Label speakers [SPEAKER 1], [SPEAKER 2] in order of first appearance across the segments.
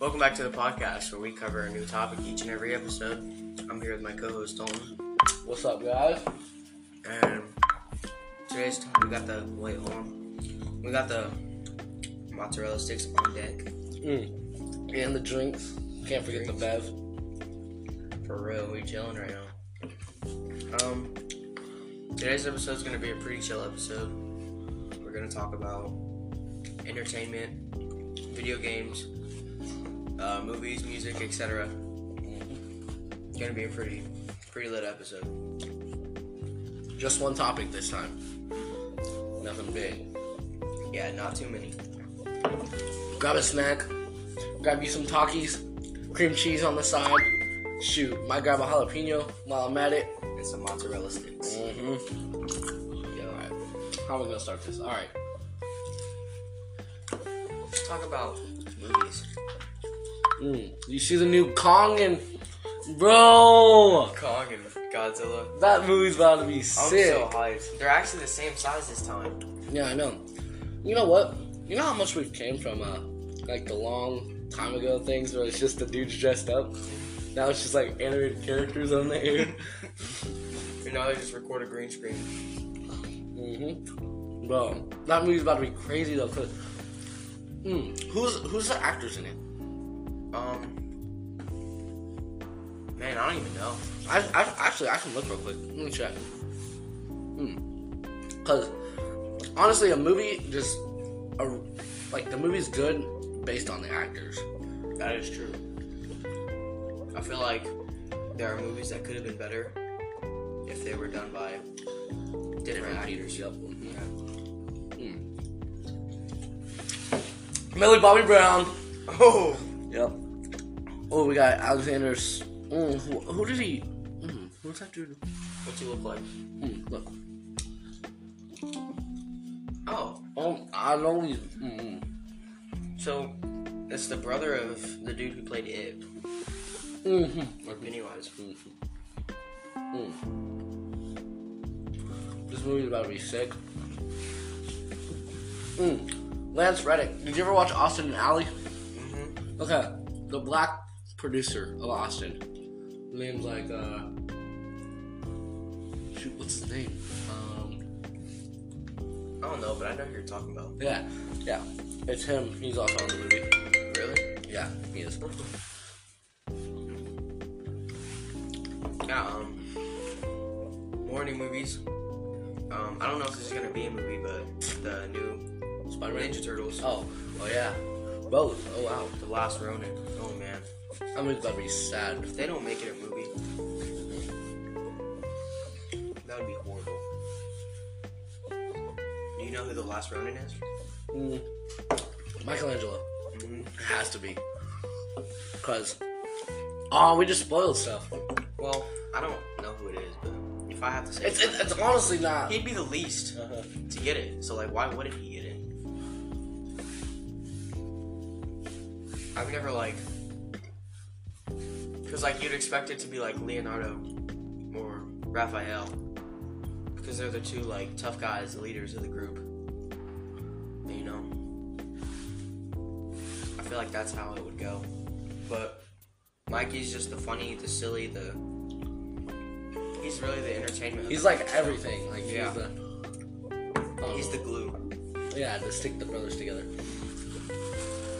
[SPEAKER 1] Welcome back to the podcast where we cover a new topic each and every episode. I'm here with my co-host Tom,
[SPEAKER 2] What's up, guys?
[SPEAKER 1] and today's time we got the wait hold on, we got the mozzarella sticks on deck
[SPEAKER 2] And the drinks. Can't forget the Bev.
[SPEAKER 1] for real. We chilling right now. Um, today's episode is gonna be a pretty chill episode. We're gonna talk about entertainment, video games, uh, movies, music, etc. Gonna be a pretty, pretty lit episode.
[SPEAKER 2] Just one topic this time. Nothing big.
[SPEAKER 1] Yeah, not too many.
[SPEAKER 2] Grab a snack. Grab you some Takis. Cream cheese on the side. Shoot, might grab a jalapeno while I'm at it.
[SPEAKER 1] and some mozzarella sticks.
[SPEAKER 2] Mm-hmm.
[SPEAKER 1] Yeah,
[SPEAKER 2] Alright. How are we gonna start this? Alright.
[SPEAKER 1] Let's talk about movies.
[SPEAKER 2] Mm. You see the new Kong and Bro!
[SPEAKER 1] Kong and Godzilla.
[SPEAKER 2] That movie's about to be
[SPEAKER 1] I'm
[SPEAKER 2] sick.
[SPEAKER 1] so hyped. They're actually the same size this time.
[SPEAKER 2] Yeah, I know. You know what? You know how much we've came from, uh, like the long time ago things where it's just the dudes dressed up. Now it's just like animated characters on the air.
[SPEAKER 1] You know, they just record a green screen.
[SPEAKER 2] mm-hmm. Bro, that movie's about to be crazy though. Cause, mm, who's who's the actors in it?
[SPEAKER 1] Um, man, I don't even know.
[SPEAKER 2] I, I actually I can look real quick. Let me check. Hmm. Cause honestly, a movie just a, like the movie's good based on the actors.
[SPEAKER 1] That is true. I feel like there are movies that could have been better if they were done by different, actors.
[SPEAKER 2] Yep. Hmm. Millie Bobby Brown.
[SPEAKER 1] Oh,
[SPEAKER 2] Yep. Oh, we got Alexander's. Mm, who, who did he? Mm, who's that dude?
[SPEAKER 1] what's he look like?
[SPEAKER 2] Mm, look.
[SPEAKER 1] Oh,
[SPEAKER 2] Oh, I know he's. Mm, mm.
[SPEAKER 1] so it's the brother of the dude who played it,
[SPEAKER 2] Mhm.
[SPEAKER 1] or Pennywise.
[SPEAKER 2] This movie's about to be sick. Mm. Lance Reddick. Did you ever watch Austin and Alley? Okay, the black producer of Austin. Name's like uh shoot, what's his name? Um
[SPEAKER 1] I don't know, but I know who you're talking about.
[SPEAKER 2] Yeah, yeah. It's him. He's also on the movie.
[SPEAKER 1] Really?
[SPEAKER 2] Yeah, he is.
[SPEAKER 1] Yeah, um, morning movies. Um, I don't know if this is gonna be a movie, but the new
[SPEAKER 2] Spider Man.
[SPEAKER 1] Ninja Turtles,
[SPEAKER 2] Oh, oh yeah. Both. Oh wow.
[SPEAKER 1] The Last Ronin. Oh man,
[SPEAKER 2] That movie's about to be sad.
[SPEAKER 1] if they don't make it a movie, that would be horrible. Do you know who the Last Ronin is?
[SPEAKER 2] Mm. Michelangelo. Has to be. Cause Oh, we just spoiled stuff.
[SPEAKER 1] Well, I don't know who it is, but if I have to say,
[SPEAKER 2] It's it's, it's honestly not.
[SPEAKER 1] he'd be the least
[SPEAKER 2] Uh-huh.
[SPEAKER 1] to get it. So like, why wouldn't he get it? I've never like, because like you'd expect it to be like Leonardo or Raphael, because they're the two like tough guys, the leaders of the group. And, you know, I feel like that's how it would go, but Mikey's just the funny, the silly, the. He's really the entertainment. of
[SPEAKER 2] He's
[SPEAKER 1] the-
[SPEAKER 2] like everything. Like
[SPEAKER 1] Yeah.
[SPEAKER 2] he's the. um,
[SPEAKER 1] he's the glue.
[SPEAKER 2] Yeah, to stick the brothers together.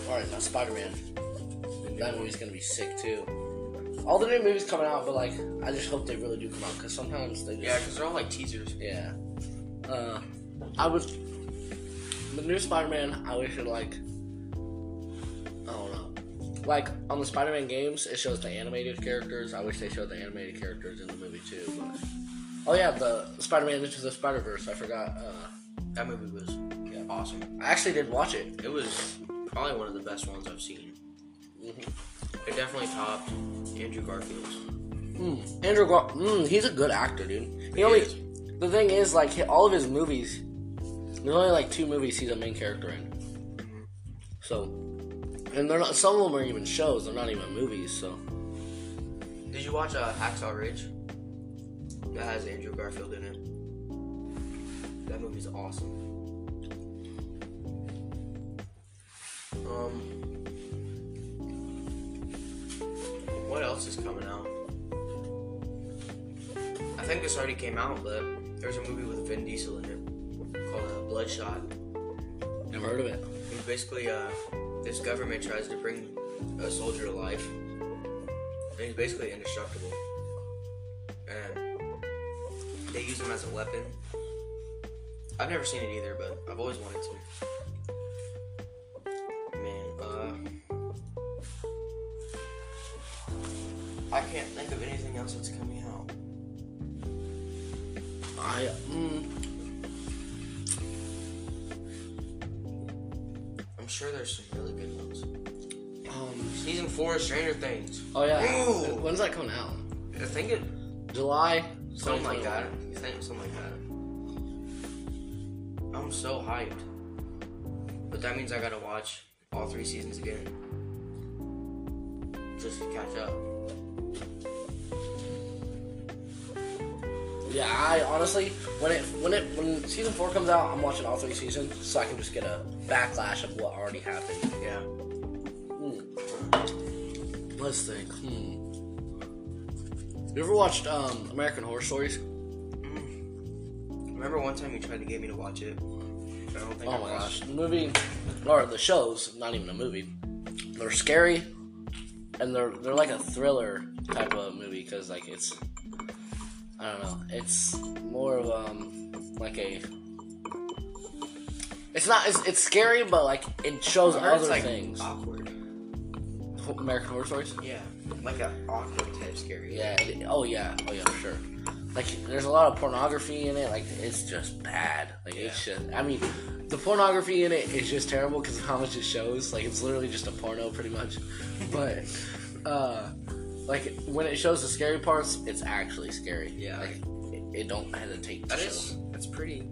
[SPEAKER 2] Alright, now Spider Man. That movie's gonna be sick too. All the new movies coming out, but like, I just hope they really do come out because sometimes they
[SPEAKER 1] Yeah,
[SPEAKER 2] just.
[SPEAKER 1] because they're all like teasers.
[SPEAKER 2] Yeah. Uh, I would. The new Spider Man, I wish it like. I don't know. Like, on the Spider Man games, it shows the animated characters. I wish they showed the animated characters in the movie too, but. Oh yeah, the Spider Man Into the Spider Verse, I forgot. Uh,
[SPEAKER 1] That movie was
[SPEAKER 2] Yeah.
[SPEAKER 1] awesome.
[SPEAKER 2] I actually did watch it.
[SPEAKER 1] It was probably one of the best ones I've seen. It definitely topped Andrew Garfield's.
[SPEAKER 2] Mm. Andrew Gar- mm, he's a good actor, dude. He
[SPEAKER 1] He
[SPEAKER 2] only
[SPEAKER 1] is.
[SPEAKER 2] the thing is like he- all of his movies. There's only like two movies he's a main character in.
[SPEAKER 1] Mm-hmm.
[SPEAKER 2] So, and they're not. Some of them are even shows. They're not even movies. So,
[SPEAKER 1] Did you watch uh, Hacksaw Ridge? That has Andrew Garfield in it. That movie's awesome. Um, else is coming out? I think this already came out, but there's a movie with Vin Diesel in it called uh, Bloodshot.
[SPEAKER 2] Never heard of it.
[SPEAKER 1] And basically, uh, this government tries to bring a soldier to life, and he's basically indestructible. And they use him as a weapon. I've never seen it either, but I've always wanted to. Man, uh, I can't think of anything else that's coming out.
[SPEAKER 2] I mm,
[SPEAKER 1] I'm sure there's some really good ones.
[SPEAKER 2] um.
[SPEAKER 1] Season four of Stranger Things.
[SPEAKER 2] Oh yeah.
[SPEAKER 1] Ew.
[SPEAKER 2] When's that coming out?
[SPEAKER 1] I think it
[SPEAKER 2] July.
[SPEAKER 1] Something like
[SPEAKER 2] 2021.
[SPEAKER 1] that. You think something like that. I'm so hyped. But that means I gotta watch all three seasons again. Just to catch up.
[SPEAKER 2] Yeah, I honestly, when it when it when season four comes out, I'm watching all three seasons so I can just get a backlash of what already happened.
[SPEAKER 1] Yeah.
[SPEAKER 2] Let's think. Hmm. You ever watched um, American Horror Stories?
[SPEAKER 1] Remember one time you tried to get me to watch it? I don't think I
[SPEAKER 2] Oh my
[SPEAKER 1] watched
[SPEAKER 2] gosh, the movie or the shows, not even a movie. They're scary, and they're they're like a thriller type of movie because like it's I don't know, it's more of um like a it's not it's, it's scary, but like it shows
[SPEAKER 1] I heard
[SPEAKER 2] other
[SPEAKER 1] it's, like
[SPEAKER 2] things.
[SPEAKER 1] awkward.
[SPEAKER 2] American Horror Stories.
[SPEAKER 1] Yeah. Like an awkward type scary.
[SPEAKER 2] Yeah. it- oh yeah. Oh yeah. For sure. Like, there's a lot of pornography in it. Like, it's just bad. Like, it's just. I mean, the pornography in it is just terrible because of how much it shows. Like, it's literally just a porno, pretty much. But, uh, like when it shows the scary parts, it's actually scary.
[SPEAKER 1] Yeah.
[SPEAKER 2] Like, it, it don't hesitate. To
[SPEAKER 1] That
[SPEAKER 2] show.
[SPEAKER 1] is that's pretty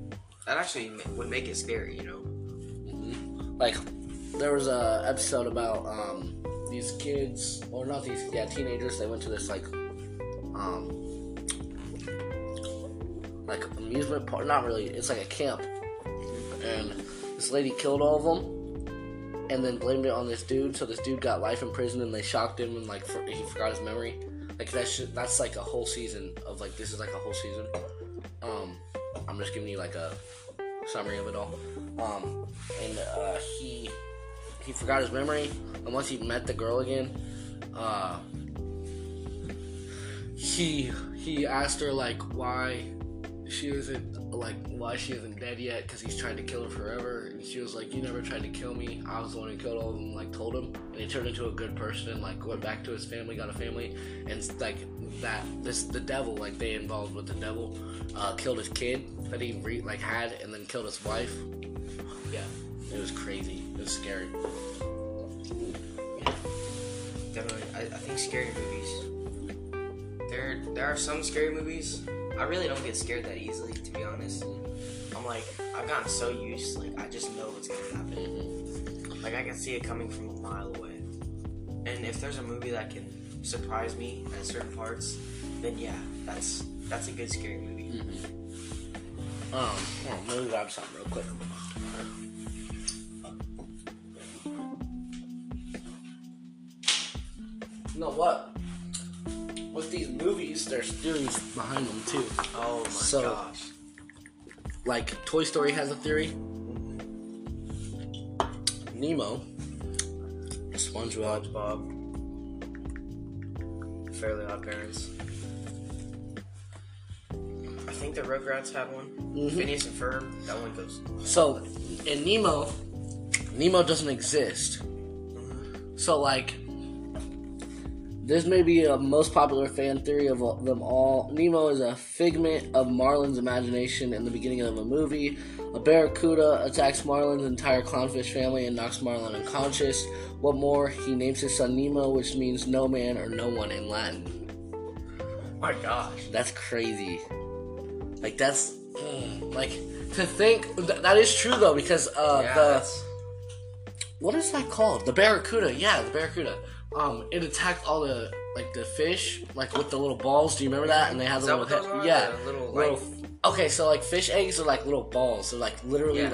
[SPEAKER 1] that actually ma- would make it scary, you know?
[SPEAKER 2] like there was a episode about um, these kids or not these yeah teenagers they went to this like um like amusement park not really it's like a camp and this lady killed all of them and then blamed it on this dude so this dude got life in prison and they shocked him and like for, he forgot his memory like that's just, that's like a whole season of like this is like a whole season um i'm just giving you like a summary of it all. Um, and uh, he he forgot his memory. And once he met the girl again, uh, he he asked her like why she isn't like why she isn't dead yet because he's trying to kill her forever. And she was like, "You never tried to kill me. I was the one who killed all of them." Like told him, and he turned into a good person. Like went back to his family, got a family, and like that this the devil like they involved with the devil uh, killed his kid that he re- like had, and then killed his wife. Yeah, it was crazy. It was scary.
[SPEAKER 1] Definitely, I, I think scary movies. There, there are some scary movies. I really don't get scared that easily, to be honest. I'm like, I've gotten so used, like I just know what's gonna happen. Like I can see it coming from a mile away. And if there's a movie that can surprise me at certain parts, then yeah, that's that's a good scary movie.
[SPEAKER 2] Um, hold on, let me grab something real quick. You know what? With these movies, there's theories behind them too.
[SPEAKER 1] Oh my
[SPEAKER 2] So-
[SPEAKER 1] gosh.
[SPEAKER 2] Like Toy Story has a theory. Nemo, SpongeBob,
[SPEAKER 1] SpongeBob, Fairly Odd Parents. I think the Rugrats had one.
[SPEAKER 2] Mm-hmm.
[SPEAKER 1] Phineas and Ferb. That one goes.
[SPEAKER 2] So in Nemo, Nemo doesn't exist. So like, this may be a most popular fan theory of all- them all. Nemo is a figment of Marlin's imagination in the beginning of a movie. A barracuda attacks Marlin's entire clownfish family and knocks Marlin unconscious. What more, he names his son Nemo, which means no man or no one in Latin.
[SPEAKER 1] my gosh.
[SPEAKER 2] That's crazy. Like that's mm, like to think th- that is true though because uh
[SPEAKER 1] Yeah,
[SPEAKER 2] the
[SPEAKER 1] that's,
[SPEAKER 2] what is that called the barracuda yeah the barracuda um it attacked all the like the fish like with the little balls do you remember that and they had the
[SPEAKER 1] that
[SPEAKER 2] little
[SPEAKER 1] what those
[SPEAKER 2] head-
[SPEAKER 1] are?
[SPEAKER 2] yeah
[SPEAKER 1] The little,
[SPEAKER 2] okay so like fish eggs are like little balls they're like literally
[SPEAKER 1] Yeah. Mm-hmm.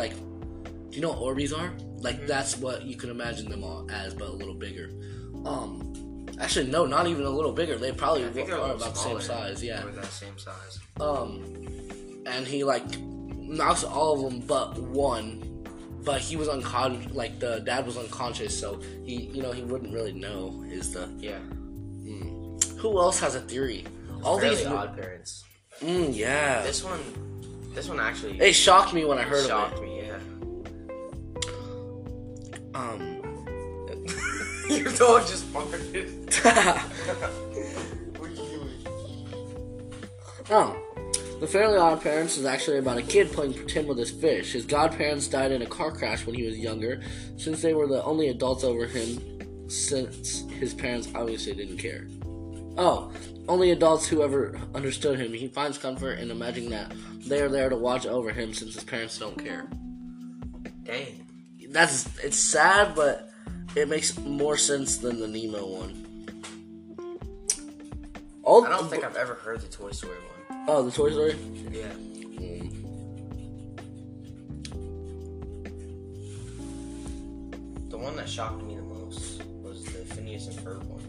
[SPEAKER 2] like do you know what Orbeez are like that's what you can imagine them all as but a little bigger um Actually, no, not even a little bigger. They probably
[SPEAKER 1] I think they're a
[SPEAKER 2] are
[SPEAKER 1] little
[SPEAKER 2] oh, about the same
[SPEAKER 1] smaller
[SPEAKER 2] size. Yeah.
[SPEAKER 1] Or that same size.
[SPEAKER 2] Um, and he like knocks all of them but one. But he was unconscious. Like the dad was unconscious, so he, you know, he wouldn't really know. Is the
[SPEAKER 1] Yeah.
[SPEAKER 2] who else has a theory? All
[SPEAKER 1] Fairly
[SPEAKER 2] these, mo-
[SPEAKER 1] odd parents.
[SPEAKER 2] mm, yeah.
[SPEAKER 1] This one, this one actually
[SPEAKER 2] It shocked me when I heard of
[SPEAKER 1] shocked
[SPEAKER 2] it.
[SPEAKER 1] me. Yeah.
[SPEAKER 2] Um,
[SPEAKER 1] Your dog just farted. What are you doing?
[SPEAKER 2] oh. The Fairly Odd Parents is actually about a kid playing pretend with his fish. His godparents died in a car crash when he was younger, since they were the only adults over him, since his parents obviously didn't care. Oh, only adults who ever understood him. He finds comfort in imagining that they are there to watch over him since his parents don't care.
[SPEAKER 1] Dang.
[SPEAKER 2] That's it's sad, but it makes more sense than the Nemo one. All,
[SPEAKER 1] I don't think I've ever heard the Toy Story one.
[SPEAKER 2] Oh, the Toy Story.
[SPEAKER 1] Yeah. The one that shocked me the most was the Phineas and Ferb one.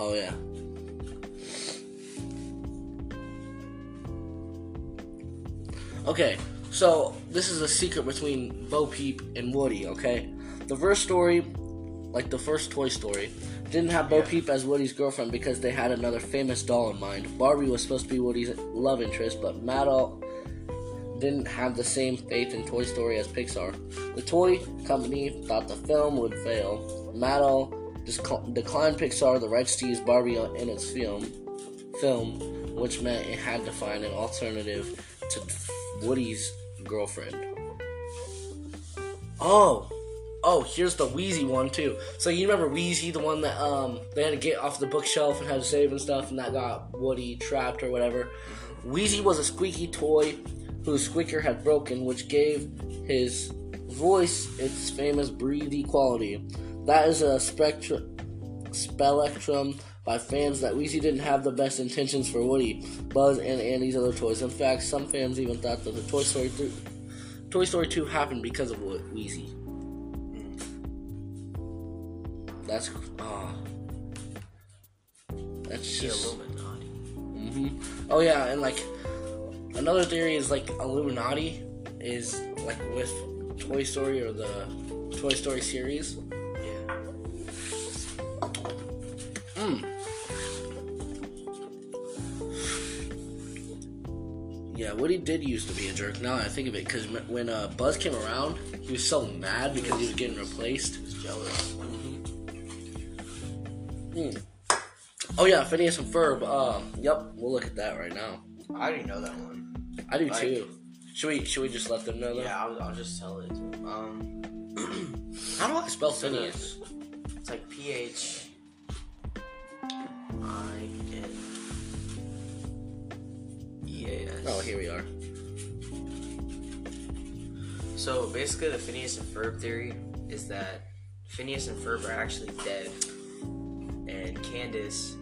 [SPEAKER 2] Oh yeah. Okay, so this is a secret between Bo Peep and Woody. Okay, the first story, like the first Toy Story, didn't have Bo
[SPEAKER 1] Yeah.
[SPEAKER 2] Peep as Woody's girlfriend because they had another famous doll in mind. Barbie was supposed to be Woody's love interest, but Maddle didn't have the same faith in Toy Story as Pixar. The toy company thought the film would fail. Mattel disc- declined Pixar the rights to use Barbie in its film, film, which meant it had to find an alternative to Woody's girlfriend. Oh, oh, here's the Wheezy one too. So you remember Wheezy, the one that um they had to get off the bookshelf and had to save and stuff, and that got Woody trapped or whatever. Wheezy was a squeaky toy whose squeaker had broken, which gave his voice its famous breathy quality. That is a spectrum Spectrum by fans that Weezy didn't have the best intentions for Woody, Buzz, and Andy's other toys. In fact, some fans even thought that the Toy Story 3, Toy Story 2 happened because of Wo- Weezy. That's ah, that's
[SPEAKER 1] The
[SPEAKER 2] just
[SPEAKER 1] Illuminati.
[SPEAKER 2] oh yeah, and like another theory is like Illuminati is like with Toy Story or the Toy Story series.
[SPEAKER 1] Yeah.
[SPEAKER 2] Yeah, Woody did used to be a jerk. Now that I think of it, because when uh, Buzz came around, he was so mad because he was getting replaced.
[SPEAKER 1] He's jealous.
[SPEAKER 2] Mm-hmm. Mm. Oh yeah, Phineas and Ferb. Uh, yep, we'll look at that right now.
[SPEAKER 1] I already know that one.
[SPEAKER 2] I do
[SPEAKER 1] Like-
[SPEAKER 2] too. Should we should we just let them know that?
[SPEAKER 1] Yeah, I'll, I'll just tell it. Um,
[SPEAKER 2] How do I spell Phineas?
[SPEAKER 1] it's like P H I N E A S.
[SPEAKER 2] Oh, here we are.
[SPEAKER 1] So basically, the Phineas and Ferb theory is that Phineas and Ferb are actually dead, and Candace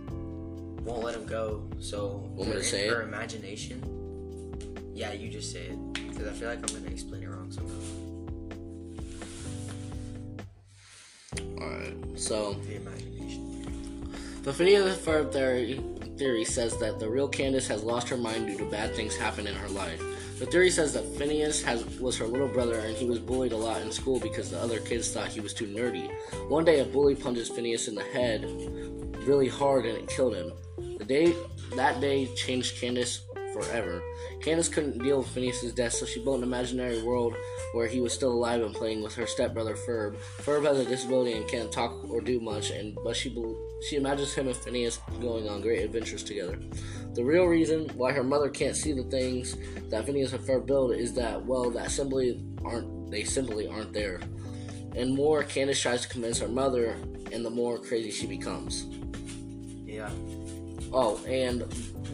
[SPEAKER 1] won't let him go. So
[SPEAKER 2] Want me to
[SPEAKER 1] they're
[SPEAKER 2] say
[SPEAKER 1] in
[SPEAKER 2] it?
[SPEAKER 1] her imagination. Yeah, you just say it because I feel like I'm gonna explain it wrong somehow.
[SPEAKER 2] All right. So
[SPEAKER 1] The imagination.
[SPEAKER 2] the Phineas and Ferb theory theory says that the real Candace has lost her mind due to bad things happening in her life. The theory says that Phineas has was her little brother and he was bullied a lot in school because the other kids thought he was too nerdy. One day a bully punches Phineas in the head really hard and it killed him. The day that day changed Candace forever. Candace couldn't deal with Phineas's death, so she built an imaginary world where he was still alive and playing with her stepbrother Ferb. Ferb has a disability and can't talk or do much, and but she bel- she imagines him and Phineas going on great adventures together. The real reason why her mother can't see the things that Phineas and Ferb build is that well, that simply aren't they simply aren't there. And more Candace tries to convince her mother, and the more crazy she becomes.
[SPEAKER 1] Yeah.
[SPEAKER 2] Oh, and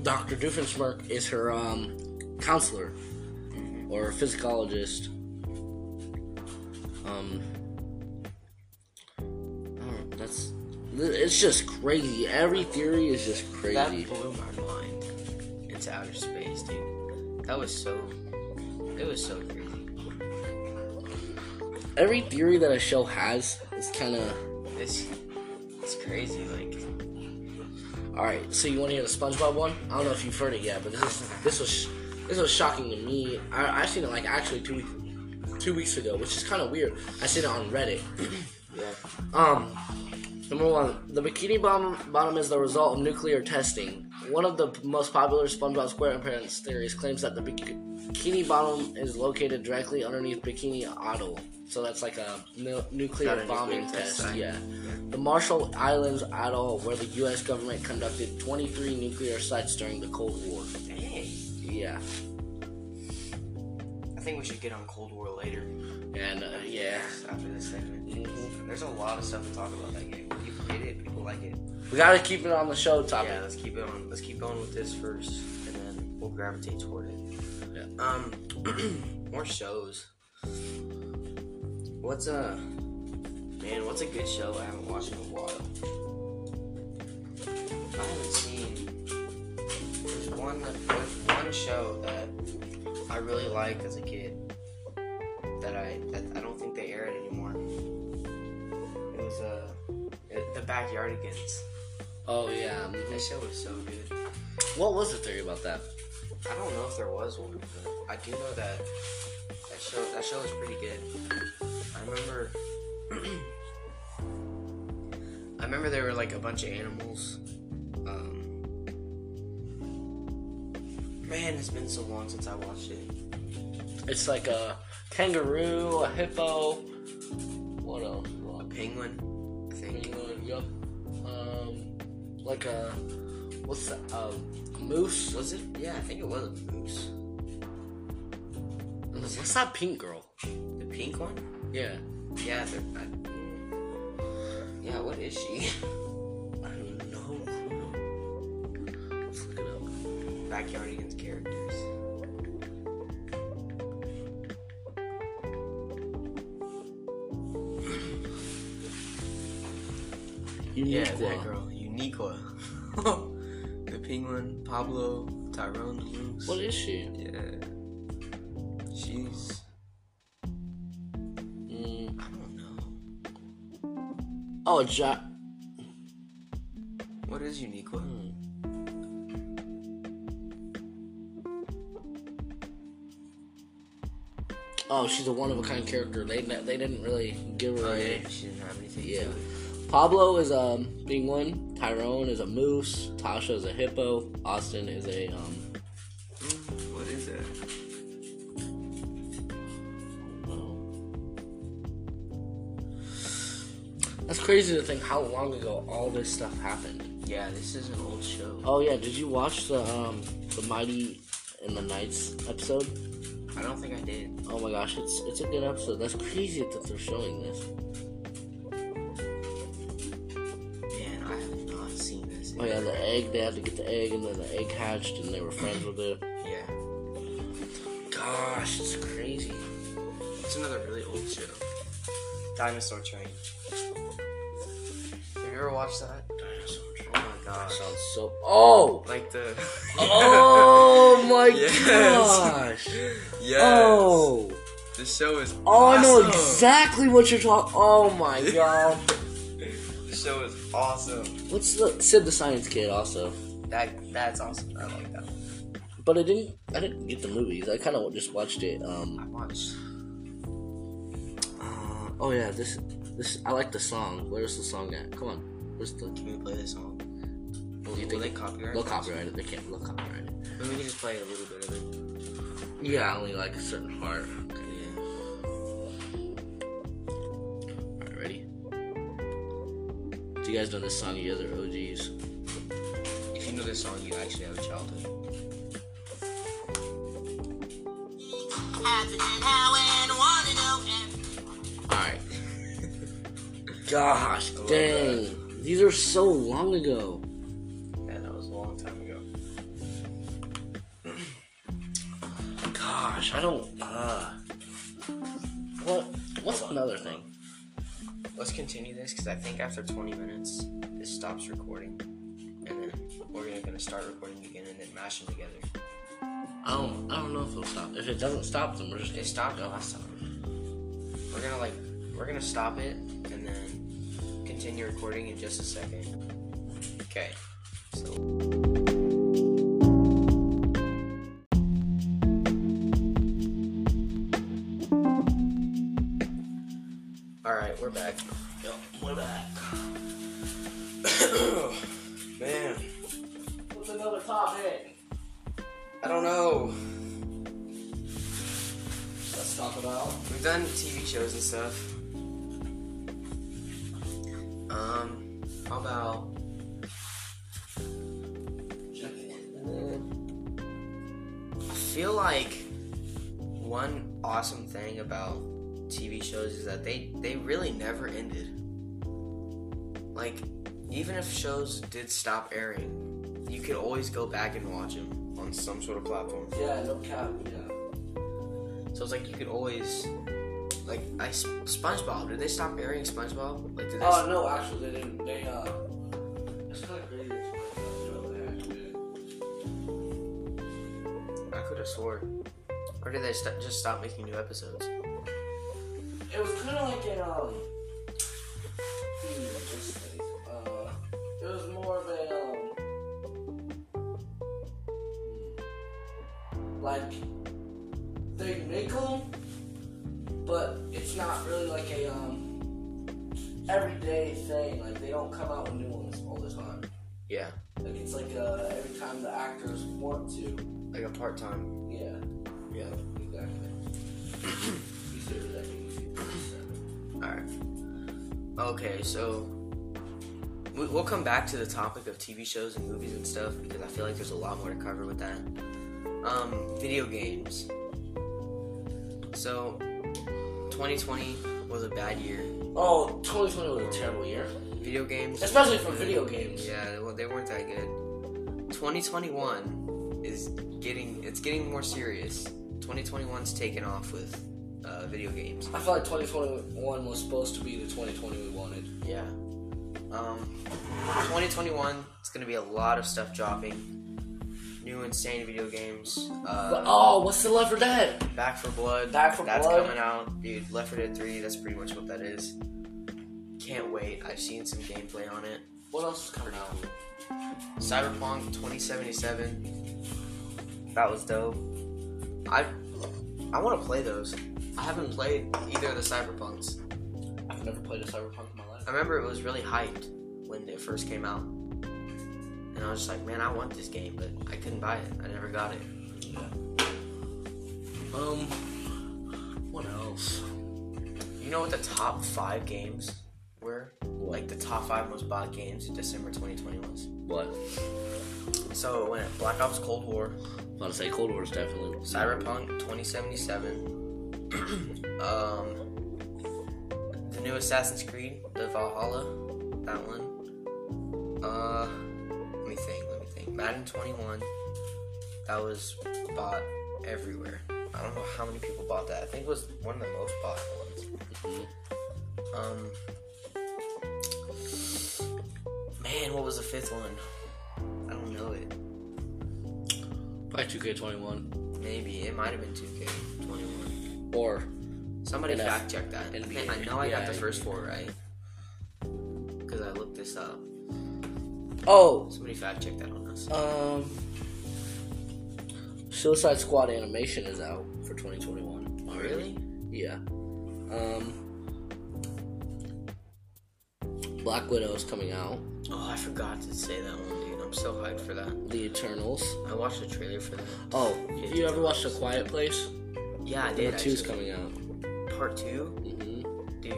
[SPEAKER 2] Dr. Doofenshmirtz is her um, counselor or physiologist. Um, I don't know, that's it's just crazy. Every theory is just
[SPEAKER 1] That
[SPEAKER 2] crazy.
[SPEAKER 1] blew my mind into outer space, dude. That was so. It was so crazy.
[SPEAKER 2] Every theory that a show has is kind of
[SPEAKER 1] It's it's crazy. Like
[SPEAKER 2] All right, so you want to hear the SpongeBob one? I don't know if you've heard it yet, but this is this was this was shocking to me. I, I seen it like actually two weeks two weeks ago, which is kind of weird. I seen it on Reddit.
[SPEAKER 1] Yeah.
[SPEAKER 2] Um, number one, the Bikini Bottom, bottom is the result of nuclear testing. One of the most popular SpongeBob SquarePants theories claims that the Bik- Bikini Bottom is located directly underneath Bikini Atoll. So that's like a nu- nuclear
[SPEAKER 1] Got a nuclear
[SPEAKER 2] bombing
[SPEAKER 1] test
[SPEAKER 2] test.
[SPEAKER 1] site.
[SPEAKER 2] Yeah. The Marshall Islands Atoll, where the U.S. government conducted 23 nuclear sites during the Cold War.
[SPEAKER 1] Dang.
[SPEAKER 2] Yeah.
[SPEAKER 1] I think we should get on Cold War later.
[SPEAKER 2] And uh, yeah.
[SPEAKER 1] After this segment.
[SPEAKER 2] Mhm.
[SPEAKER 1] There's a lot of stuff to talk about that game. People get it. People like it.
[SPEAKER 2] We gotta keep it on the show topic.
[SPEAKER 1] Yeah, let's keep it on. Let's keep going with this first, and then we'll gravitate toward it.
[SPEAKER 2] Yeah.
[SPEAKER 1] Um, more shows. What's a man? What's a good show I haven't watched in a while? I haven't seen. There's one. There's one show that I really liked as a kid. That I that I don't think they air it anymore. It was uh, it- the Backyardigans.
[SPEAKER 2] Oh yeah. mhm.
[SPEAKER 1] That show was so good.
[SPEAKER 2] What was the theory about that?
[SPEAKER 1] I don't know if there was one, but I do know that that show that show was pretty good. I remember I remember there were like a bunch of animals. Um, man, it's been so long since I watched it.
[SPEAKER 2] It's like a kangaroo, a hippo. What else? Well,
[SPEAKER 1] A penguin, I think.
[SPEAKER 2] penguin. Yup. Um, like a what's that? A moose.
[SPEAKER 1] Was it? Yeah, I think it was a moose.
[SPEAKER 2] What's that pink girl?
[SPEAKER 1] The pink one?
[SPEAKER 2] Yeah.
[SPEAKER 1] Yeah, they're- I, yeah. What is she?
[SPEAKER 2] I don't know. Let's look it up.
[SPEAKER 1] Backyardigans characters. Yeah, that girl, Uniqua. the penguin, Pablo, Tyrone, the moose.
[SPEAKER 2] What is she?
[SPEAKER 1] yeah, she's.
[SPEAKER 2] Mm.
[SPEAKER 1] I don't know.
[SPEAKER 2] Oh, Jack.
[SPEAKER 1] What is Uniqua?
[SPEAKER 2] Oh, she's a one of a kind character. They they didn't really give her.
[SPEAKER 1] Oh,
[SPEAKER 2] a-
[SPEAKER 1] yeah, she didn't have anything. to
[SPEAKER 2] Yeah.
[SPEAKER 1] it.
[SPEAKER 2] Pablo is a penguin. Tyrone is a moose. Tasha is a hippo. Austin is a um.
[SPEAKER 1] Mm, What is it?
[SPEAKER 2] That's crazy to think how long ago all this stuff happened.
[SPEAKER 1] Yeah, this is an old show.
[SPEAKER 2] Oh yeah, did you watch the um the Mighty and the Knights episode?
[SPEAKER 1] I don't think I did.
[SPEAKER 2] Oh my gosh, it's it's a good episode. That's crazy that they're showing this.
[SPEAKER 1] Man, I have not seen this.
[SPEAKER 2] Oh yeah, the egg. They had to get the egg, and then the egg hatched, and they were friends with it.
[SPEAKER 1] Yeah.
[SPEAKER 2] Gosh, it's crazy.
[SPEAKER 1] It's another really old show. Dinosaur Train. Have you ever watched that? Oh my gosh.
[SPEAKER 2] Sounds so. Oh.
[SPEAKER 1] Like the.
[SPEAKER 2] Oh my
[SPEAKER 1] Yes.
[SPEAKER 2] gosh.
[SPEAKER 1] yes.
[SPEAKER 2] Oh.
[SPEAKER 1] The show is.
[SPEAKER 2] Oh, I know
[SPEAKER 1] awesome.
[SPEAKER 2] exactly what you're talking. Oh my god.
[SPEAKER 1] The show is awesome.
[SPEAKER 2] What's the Sid the Science Kid also?
[SPEAKER 1] That that's awesome. I like that. One.
[SPEAKER 2] But I didn't. I didn't get the movies. I kind of just watched it.
[SPEAKER 1] I
[SPEAKER 2] Um.
[SPEAKER 1] watched.
[SPEAKER 2] uh, oh yeah. This. This. I like the song. Where's the song at? Come on. Where's the?
[SPEAKER 1] Can we play this song?
[SPEAKER 2] What do you
[SPEAKER 1] Will they
[SPEAKER 2] think?
[SPEAKER 1] copyright?
[SPEAKER 2] They'll
[SPEAKER 1] us?
[SPEAKER 2] copyright it. They can't. They'll copyright it.
[SPEAKER 1] Then we can just play a little bit of it.
[SPEAKER 2] Yeah, only like a certain part.
[SPEAKER 1] Yeah.
[SPEAKER 2] Alright, ready? Do you guys know this song? You guys are OGs.
[SPEAKER 1] If you know this song, you actually have a childhood.
[SPEAKER 2] Alright. Gosh,
[SPEAKER 1] love
[SPEAKER 2] dang. These are so long ago.
[SPEAKER 1] Yeah, that was a long time ago.
[SPEAKER 2] Gosh, I don't. Uh, what? What's another thing?
[SPEAKER 1] Let's continue this because I think after 20 minutes, this stops recording. And then we're gonna, gonna start recording again and then mash them together.
[SPEAKER 2] I don't. I don't know if it'll stop. If it doesn't stop, then we're just.
[SPEAKER 1] It stopped last time. We're gonna like, we're gonna stop it and then continue recording in just a second. Okay, So. All right, we're back.
[SPEAKER 2] Yep, we're back.
[SPEAKER 1] Man,
[SPEAKER 2] What's another topic?
[SPEAKER 1] I don't know.
[SPEAKER 2] Let's talk about.
[SPEAKER 1] We've done TV shows and stuff. Um, how about I feel like one awesome thing about TV shows is that they they really never ended. Like even if shows did stop airing, you could always go back and watch them on some sort of platform.
[SPEAKER 2] Yeah, no cap. Yeah.
[SPEAKER 1] So it's like you could always like I S- SpongeBob. Did they stop airing SpongeBob? Like did they?
[SPEAKER 2] Oh no, actually they didn't. They uh, it's kind of crazy. It's like, you know, they actually did.
[SPEAKER 1] I could have swore. Or did they st- just stop making new episodes?
[SPEAKER 2] It was kind of like an um. hmm, what's the name? Uh, it was more of a um. hmm, Like they make them, but it's not really like a um everyday thing. Like they don't come out with new ones all the time.
[SPEAKER 1] Yeah,
[SPEAKER 2] Like it's like uh, every time the actors want to.
[SPEAKER 1] like a part time.
[SPEAKER 2] Yeah.
[SPEAKER 1] Yeah.
[SPEAKER 2] Exactly. You said it, I think you said it.
[SPEAKER 1] All right. Okay, so we- we'll come back to the topic of TV shows and movies and stuff because I feel like there's a lot more to cover with that. Um, video games. So, 2020 was a bad year.
[SPEAKER 2] Oh, 2020 was a terrible year.
[SPEAKER 1] Video games,
[SPEAKER 2] Especially for video games.
[SPEAKER 1] yeah, well, they weren't that good. 2021 is getting it's getting more serious. 2021's taken off with uh, video games.
[SPEAKER 2] I feel like 2021 was supposed to be the 2020 we wanted.
[SPEAKER 1] Yeah. Um, 2021, it's gonna be a lot of stuff dropping. New insane video games.
[SPEAKER 2] But,
[SPEAKER 1] Uh,
[SPEAKER 2] oh, what's the Left 4 Dead?
[SPEAKER 1] Back for Blood.
[SPEAKER 2] Back 4
[SPEAKER 1] that's
[SPEAKER 2] Blood.
[SPEAKER 1] coming out, dude. Left 4 Dead 3. That's pretty much what that is. Can't wait. I've seen some gameplay on it.
[SPEAKER 2] What else is coming out?
[SPEAKER 1] Cyberpunk 2077. That was dope. I I want to play those. I haven't played either of the Cyberpunks.
[SPEAKER 2] I've never played a Cyberpunk in my life.
[SPEAKER 1] I remember it was really hyped when it first came out. And I was just like, man, I want this game, but I couldn't buy it. I never got it.
[SPEAKER 2] Um, what else?
[SPEAKER 1] You know what the top five games were? Like the top five most bought games in December 2020 was.
[SPEAKER 2] What? I'm
[SPEAKER 1] So it went Black Ops Cold War,
[SPEAKER 2] about to say Cold War is definitely.
[SPEAKER 1] Cyberpunk 2077, um, the new Assassin's Creed, the Valhalla, that one. Uh, let me think, let me think. Madden 21, that was bought everywhere. I don't know how many people bought that. I think it was one of the most bought ones. Um, man, what was the fifth one? I don't know it.
[SPEAKER 2] Probably 2K21
[SPEAKER 1] Maybe it might have been 2K21.
[SPEAKER 2] or
[SPEAKER 1] Somebody
[SPEAKER 2] NF
[SPEAKER 1] fact check that. I, think, I know I got
[SPEAKER 2] Yeah,
[SPEAKER 1] the first four right. Because I looked this up.
[SPEAKER 2] oh,
[SPEAKER 1] Somebody fact check that on us.
[SPEAKER 2] um, Suicide Squad animation is out for 2021.
[SPEAKER 1] Oh, really?
[SPEAKER 2] Yeah. Um, Black Widow is coming out.
[SPEAKER 1] Oh, I forgot to say that one, dude. I'm so hyped for that.
[SPEAKER 2] The Eternals.
[SPEAKER 1] I watched the trailer for that.
[SPEAKER 2] Oh, you ever watched The Quiet Place?
[SPEAKER 1] Yeah, I did.
[SPEAKER 2] Number two's
[SPEAKER 1] actually.
[SPEAKER 2] coming out.
[SPEAKER 1] Part two?
[SPEAKER 2] hmm
[SPEAKER 1] Dude.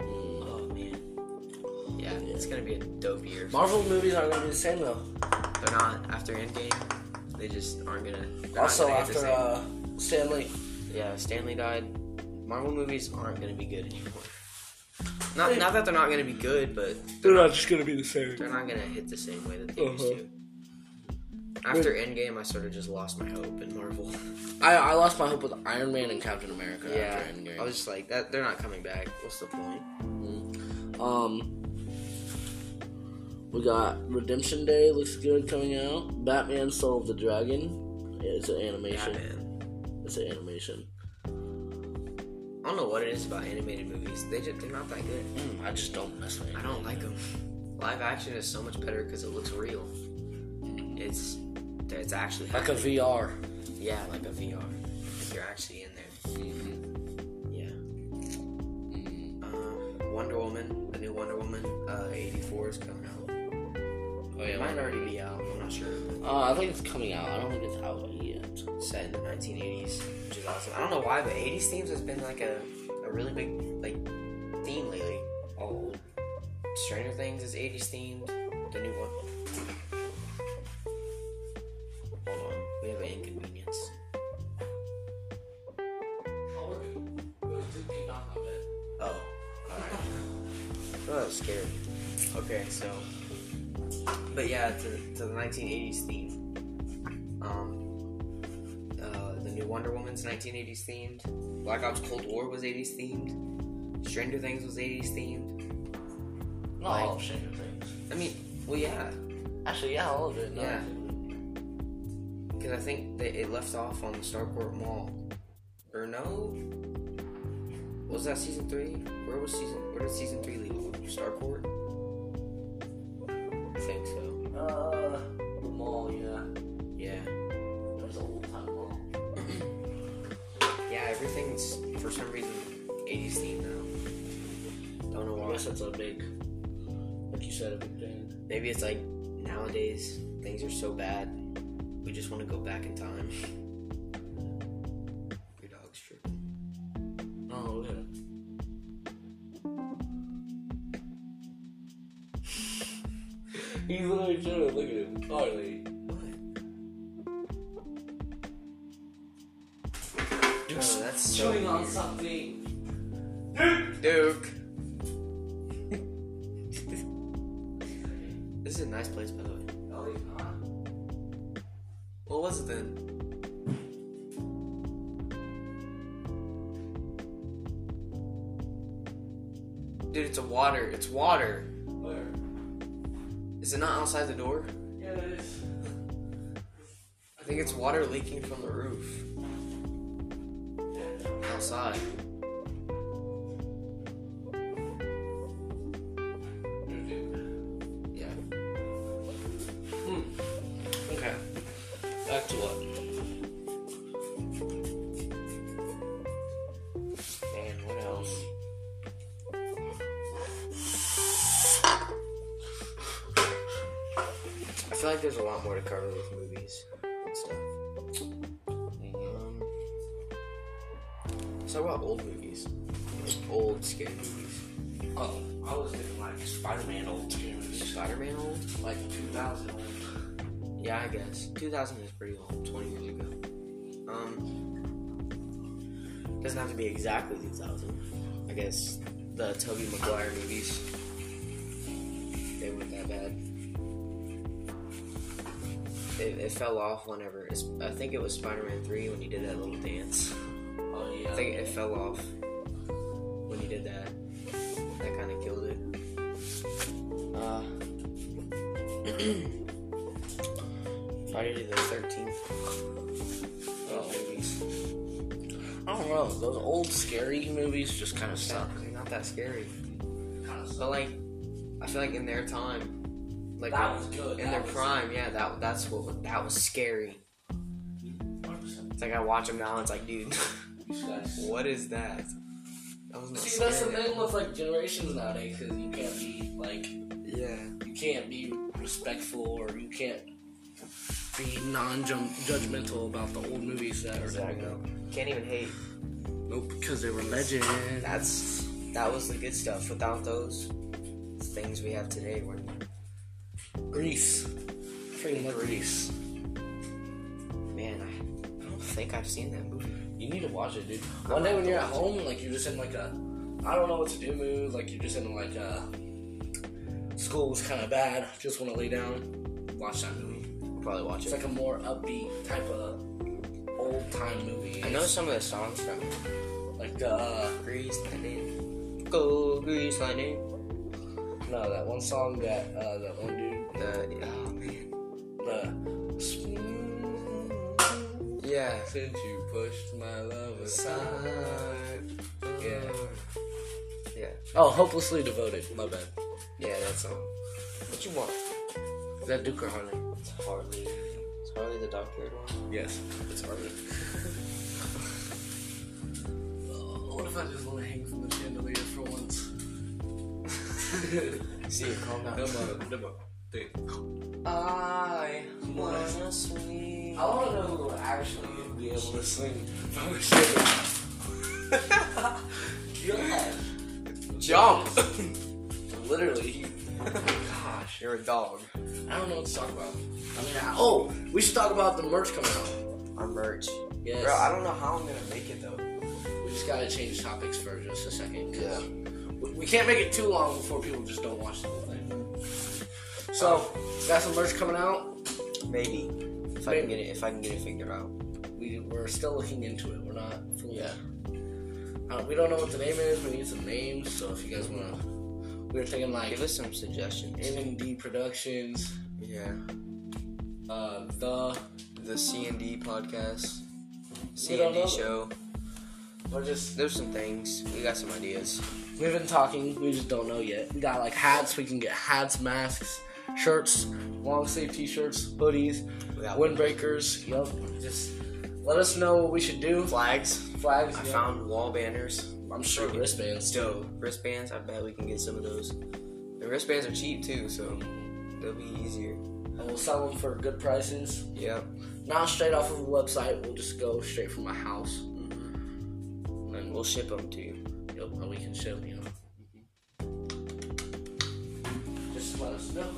[SPEAKER 1] Oh, man. Yeah, it's gonna be a dope year.
[SPEAKER 2] Marvel movies aren't gonna be the same though.
[SPEAKER 1] They're not after Endgame. They just aren't gonna. they're not
[SPEAKER 2] Also,
[SPEAKER 1] gonna get the
[SPEAKER 2] after
[SPEAKER 1] same.
[SPEAKER 2] uh, Stan Lee,
[SPEAKER 1] Yeah, Stanley died. Marvel movies aren't gonna be good anymore. Not, not that they're not gonna be good, but
[SPEAKER 2] they're not just gonna be the same.
[SPEAKER 1] they're not gonna hit the same way that they used
[SPEAKER 2] Uh-huh.
[SPEAKER 1] to. After Endgame, I sort of just lost my hope in Marvel.
[SPEAKER 2] I, I lost my hope with Iron Man and Captain America
[SPEAKER 1] yeah,
[SPEAKER 2] after Endgame.
[SPEAKER 1] I was just like, that they're not coming back. What's the point?
[SPEAKER 2] Um, we got Redemption Day looks good coming out. Batman Soul of the Dragon. Yeah, it's an animation.
[SPEAKER 1] Batman.
[SPEAKER 2] It's an animation.
[SPEAKER 1] I don't know what it is about animated movies. They just they're not that good.
[SPEAKER 2] Hmm, I just don't mess with
[SPEAKER 1] I
[SPEAKER 2] it.
[SPEAKER 1] don't like them. Live action is so much better because it looks real. It's it's actually
[SPEAKER 2] Like a VR.
[SPEAKER 1] yeah, like a VR. Like you're actually in there.
[SPEAKER 2] Uh,
[SPEAKER 1] Yeah. Um, Wonder Woman, the new Wonder Woman, uh, 84 is coming out.
[SPEAKER 2] Oh,
[SPEAKER 1] It might already be out. I'm not sure.
[SPEAKER 2] Uh, I think it's coming out. I don't think it's out yet.
[SPEAKER 1] Set in the 1980s, which is awesome. I don't know why, but 80s themes has been like a, a really big like theme lately.
[SPEAKER 2] Oh,
[SPEAKER 1] Stranger Things is 80s themed. The new one. Hold on, we have an inconvenience. Oh, alright. Oh, that was scary. Okay, so. But yeah, to, to the 1980s theme. Um, uh, the new Wonder Woman's 1980s themed. Black Ops Cold War was 80s themed. Stranger Things was 80s themed.
[SPEAKER 2] Not all of Stranger Things.
[SPEAKER 1] I mean, well, yeah,
[SPEAKER 2] Actually, yeah, all of it. No,
[SPEAKER 1] Yeah. because I think that it left off on the Starport Mall. Or no? Was that season three? Where was season? Where did season three leave off? Starport. I think so.
[SPEAKER 2] Uh, the mall, yeah.
[SPEAKER 1] Yeah.
[SPEAKER 2] There's an old time mall.
[SPEAKER 1] Yeah, everything's for some reason 80s themed now. Don't know
[SPEAKER 2] I
[SPEAKER 1] why.
[SPEAKER 2] guess that's a big, like you said, a big thing.
[SPEAKER 1] Maybe it's like nowadays things are so bad, we just want to go back in time. Your dog's tripping.
[SPEAKER 2] Oh, yeah. He's literally chilling. Look at him. Harley.
[SPEAKER 1] What? Oh, that's so
[SPEAKER 2] Chewing on
[SPEAKER 1] weird.
[SPEAKER 2] something.
[SPEAKER 1] Duke. this is a nice place, by the way.
[SPEAKER 2] No, Oh, he's not.
[SPEAKER 1] What was it then? Dude, it's a water. It's water.
[SPEAKER 2] Where?
[SPEAKER 1] Is it not outside the door?
[SPEAKER 2] Yeah, that is.
[SPEAKER 1] I think it's water leaking from the roof outside. Yeah. Hmm.
[SPEAKER 2] Okay. Back to what?
[SPEAKER 1] And what else? I feel like there's a lot more to cover with movies and stuff. Um, let's talk about old movies, like old scary movies.
[SPEAKER 2] Oh, I was thinking like Spider-Man old movies,
[SPEAKER 1] Spider-Man old?
[SPEAKER 2] like 2000 old.
[SPEAKER 1] Yeah, I guess. 2000 is pretty old, 20 years ago. Um, doesn't have to be exactly 2000. I guess the Tobey Maguire movies, they weren't that bad. It, it fell off whenever, it's, I think it was Spider-Man 3 when he did that little dance.
[SPEAKER 2] Oh yeah.
[SPEAKER 1] I think it fell off when he did that. That kind of killed it. Uh, Friday the 13th. Oh, movies.
[SPEAKER 2] I don't know. Those old scary movies just kind of suck.
[SPEAKER 1] They're not that scary.
[SPEAKER 2] Kind of
[SPEAKER 1] But, like, I feel like in their time, like,
[SPEAKER 2] That was good.
[SPEAKER 1] in
[SPEAKER 2] that
[SPEAKER 1] their
[SPEAKER 2] was
[SPEAKER 1] prime, yeah, that that's what that was scary.
[SPEAKER 2] 100%.
[SPEAKER 1] It's like I watch them now, and it's like, dude,
[SPEAKER 2] You guys-
[SPEAKER 1] what is that? That was not
[SPEAKER 2] See, that's the
[SPEAKER 1] scary.
[SPEAKER 2] thing with like generations nowadays, because you can't be like,
[SPEAKER 1] Yeah.
[SPEAKER 2] you can't be respectful or you can't be non-judgmental about the old movies that are coming out.
[SPEAKER 1] Can't even hate.
[SPEAKER 2] Nope, because they were legend.
[SPEAKER 1] That's that was the good stuff. Without those things we have today, we're
[SPEAKER 2] Greece. Freaking love Greece.
[SPEAKER 1] man. I, I don't think I've seen that movie.
[SPEAKER 2] You need to watch it, dude. One day when you're at home, like you're just in like a, I don't know what to do mood. Like you're just in like a, school was kind of bad. Just want to lay down, watch that movie.
[SPEAKER 1] We'll probably watch
[SPEAKER 2] It's
[SPEAKER 1] it.
[SPEAKER 2] like a more upbeat type of old time movie.
[SPEAKER 1] I know some of the songs from it.
[SPEAKER 2] Like the uh,
[SPEAKER 1] Grease Lightning, Go Grease Lightning.
[SPEAKER 2] no that one song that uh, that one dude
[SPEAKER 1] The oh man.
[SPEAKER 2] the.
[SPEAKER 1] Yeah.
[SPEAKER 2] Since you pushed my love
[SPEAKER 1] Sun. Yeah. Yeah.
[SPEAKER 2] Oh, hopelessly devoted. My bad.
[SPEAKER 1] Yeah, that song.
[SPEAKER 2] what you want. Is that Duke or Harley?
[SPEAKER 1] It's Harley. It's Harley the dark haired one.
[SPEAKER 2] Yes, it's Harley. Oh,
[SPEAKER 3] What if I just let it hang from the chandelier for once?
[SPEAKER 1] See, calm down.
[SPEAKER 3] I
[SPEAKER 1] Wanna swing.
[SPEAKER 3] I want to know who will actually be able to sing from the chandelier.
[SPEAKER 1] Jump!
[SPEAKER 2] Literally.
[SPEAKER 1] Gosh, you're a dog.
[SPEAKER 2] I don't know what to talk about. I mean, I, oh, we should talk about the merch coming out.
[SPEAKER 1] Our merch.
[SPEAKER 2] Yes.
[SPEAKER 1] Bro, I don't know how I'm gonna make it though.
[SPEAKER 2] we just gotta change topics for just a second. 'cause
[SPEAKER 1] Yeah.
[SPEAKER 2] We, we can't make it too long before people just don't watch the whole thing. So,
[SPEAKER 1] Um,
[SPEAKER 2] got some merch coming out.
[SPEAKER 1] Maybe. If I can get it if I can get it figured out.
[SPEAKER 2] We, we're still looking into it. We're not fully.
[SPEAKER 1] Yeah.
[SPEAKER 2] Uh, we don't know what the name is. We need some names. So if you guys wanna, we were thinking like
[SPEAKER 1] Give us some suggestions.
[SPEAKER 2] N and D Productions,
[SPEAKER 1] Yeah.
[SPEAKER 2] uh, the
[SPEAKER 1] The C and D podcast.
[SPEAKER 2] We
[SPEAKER 1] C and
[SPEAKER 2] don't
[SPEAKER 1] D
[SPEAKER 2] know.
[SPEAKER 1] show.
[SPEAKER 2] or just
[SPEAKER 1] There's some things. We got some ideas.
[SPEAKER 2] we've been talking. We just don't know yet. We got like hats. We can get hats, masks, shirts, long sleeve T-shirts, hoodies,
[SPEAKER 1] We got
[SPEAKER 2] windbreakers. Yup. Just let us know what we should do.
[SPEAKER 1] flags.
[SPEAKER 2] Flags.
[SPEAKER 1] I
[SPEAKER 2] yeah.
[SPEAKER 1] found wall banners.
[SPEAKER 2] I'm sure wristbands.
[SPEAKER 1] Still wristbands. I bet we can get some of those. The wristbands are cheap too, so they'll be easier.
[SPEAKER 2] And we'll sell them for good prices.
[SPEAKER 1] Yep.
[SPEAKER 2] Not straight off of a website. We'll just go straight from my house.
[SPEAKER 1] And we'll ship them to you.
[SPEAKER 2] Yep, and we can ship, you know. Just let us know.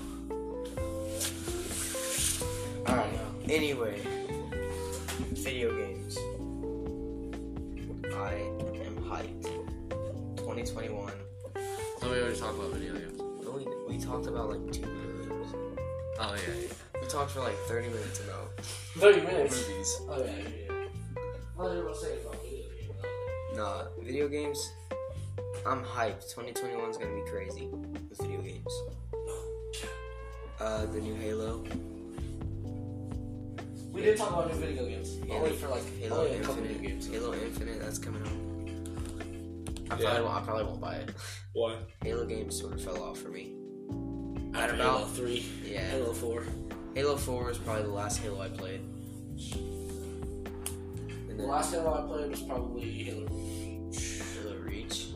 [SPEAKER 2] Alright,
[SPEAKER 1] Anyway, video games. I am hyped. 2021.
[SPEAKER 3] So we already talked about video games.
[SPEAKER 1] No, We, we talked about like two games.
[SPEAKER 3] Oh yeah.
[SPEAKER 1] We talked for like 30 minutes about
[SPEAKER 2] 30 minutes.
[SPEAKER 1] movies.
[SPEAKER 2] Oh, yeah, yeah, yeah. I was about to say about video game.
[SPEAKER 1] Nah, video games. I'm hyped. 2021 is gonna be crazy with video games. Uh, the new Halo.
[SPEAKER 2] We did talk about new video games. Only for like
[SPEAKER 1] Halo
[SPEAKER 2] only a couple new
[SPEAKER 1] Infinite.
[SPEAKER 2] games.
[SPEAKER 1] Halo Infinite. That's coming out. I
[SPEAKER 3] Yeah.
[SPEAKER 1] probably won't. I probably won't buy it.
[SPEAKER 3] Why?
[SPEAKER 1] Halo games sort of fell off for me.
[SPEAKER 2] At
[SPEAKER 1] about-
[SPEAKER 2] Halo 3,
[SPEAKER 1] Yeah.
[SPEAKER 2] Halo 4.
[SPEAKER 1] Halo 4 was probably the last Halo I played. And
[SPEAKER 2] The
[SPEAKER 1] then
[SPEAKER 2] last Halo I played was probably Halo.
[SPEAKER 1] Halo Reach.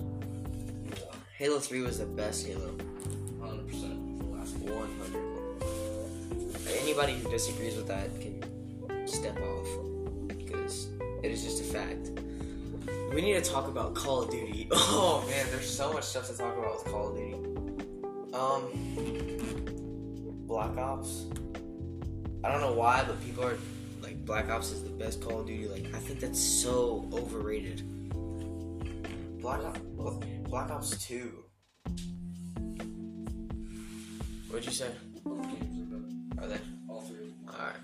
[SPEAKER 2] Yeah,
[SPEAKER 1] Halo 3 was the best Halo.
[SPEAKER 2] 100% the last one.
[SPEAKER 1] 100. Anybody who disagrees with that can step off because it is just a fact. We need to talk about Call of Duty. Oh man, there's so much stuff to talk about with Call of Duty. Um, Black Ops. I don't know why, but people are like Black Ops is the best Call of Duty. Like I think that's so overrated. Black Ops, Black Ops Two. What'd you say?
[SPEAKER 2] Both games are better.
[SPEAKER 1] Are they?
[SPEAKER 2] All three of them.
[SPEAKER 1] Alright.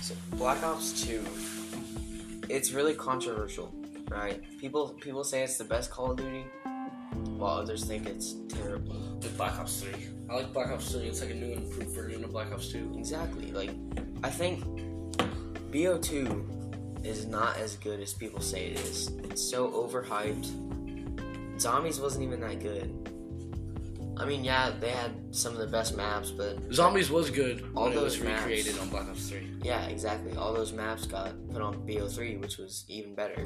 [SPEAKER 1] So Black Ops 2. It's really controversial, right? People people say it's the best Call of Duty, while others think it's terrible.
[SPEAKER 2] Did Black Ops 3. I like Black Ops 3. It's like a new and improved version of Black Ops 2.
[SPEAKER 1] Exactly. Like I think BO2 is not as good as people say it is. It's so overhyped. Zombies wasn't even that good. I mean, yeah, they had some of the best maps, but
[SPEAKER 2] Zombies was good.
[SPEAKER 1] All
[SPEAKER 2] when it
[SPEAKER 1] those
[SPEAKER 2] was
[SPEAKER 1] maps.
[SPEAKER 2] recreated on Black Ops 3.
[SPEAKER 1] Yeah, exactly. All those maps got put on BO3, which was even better.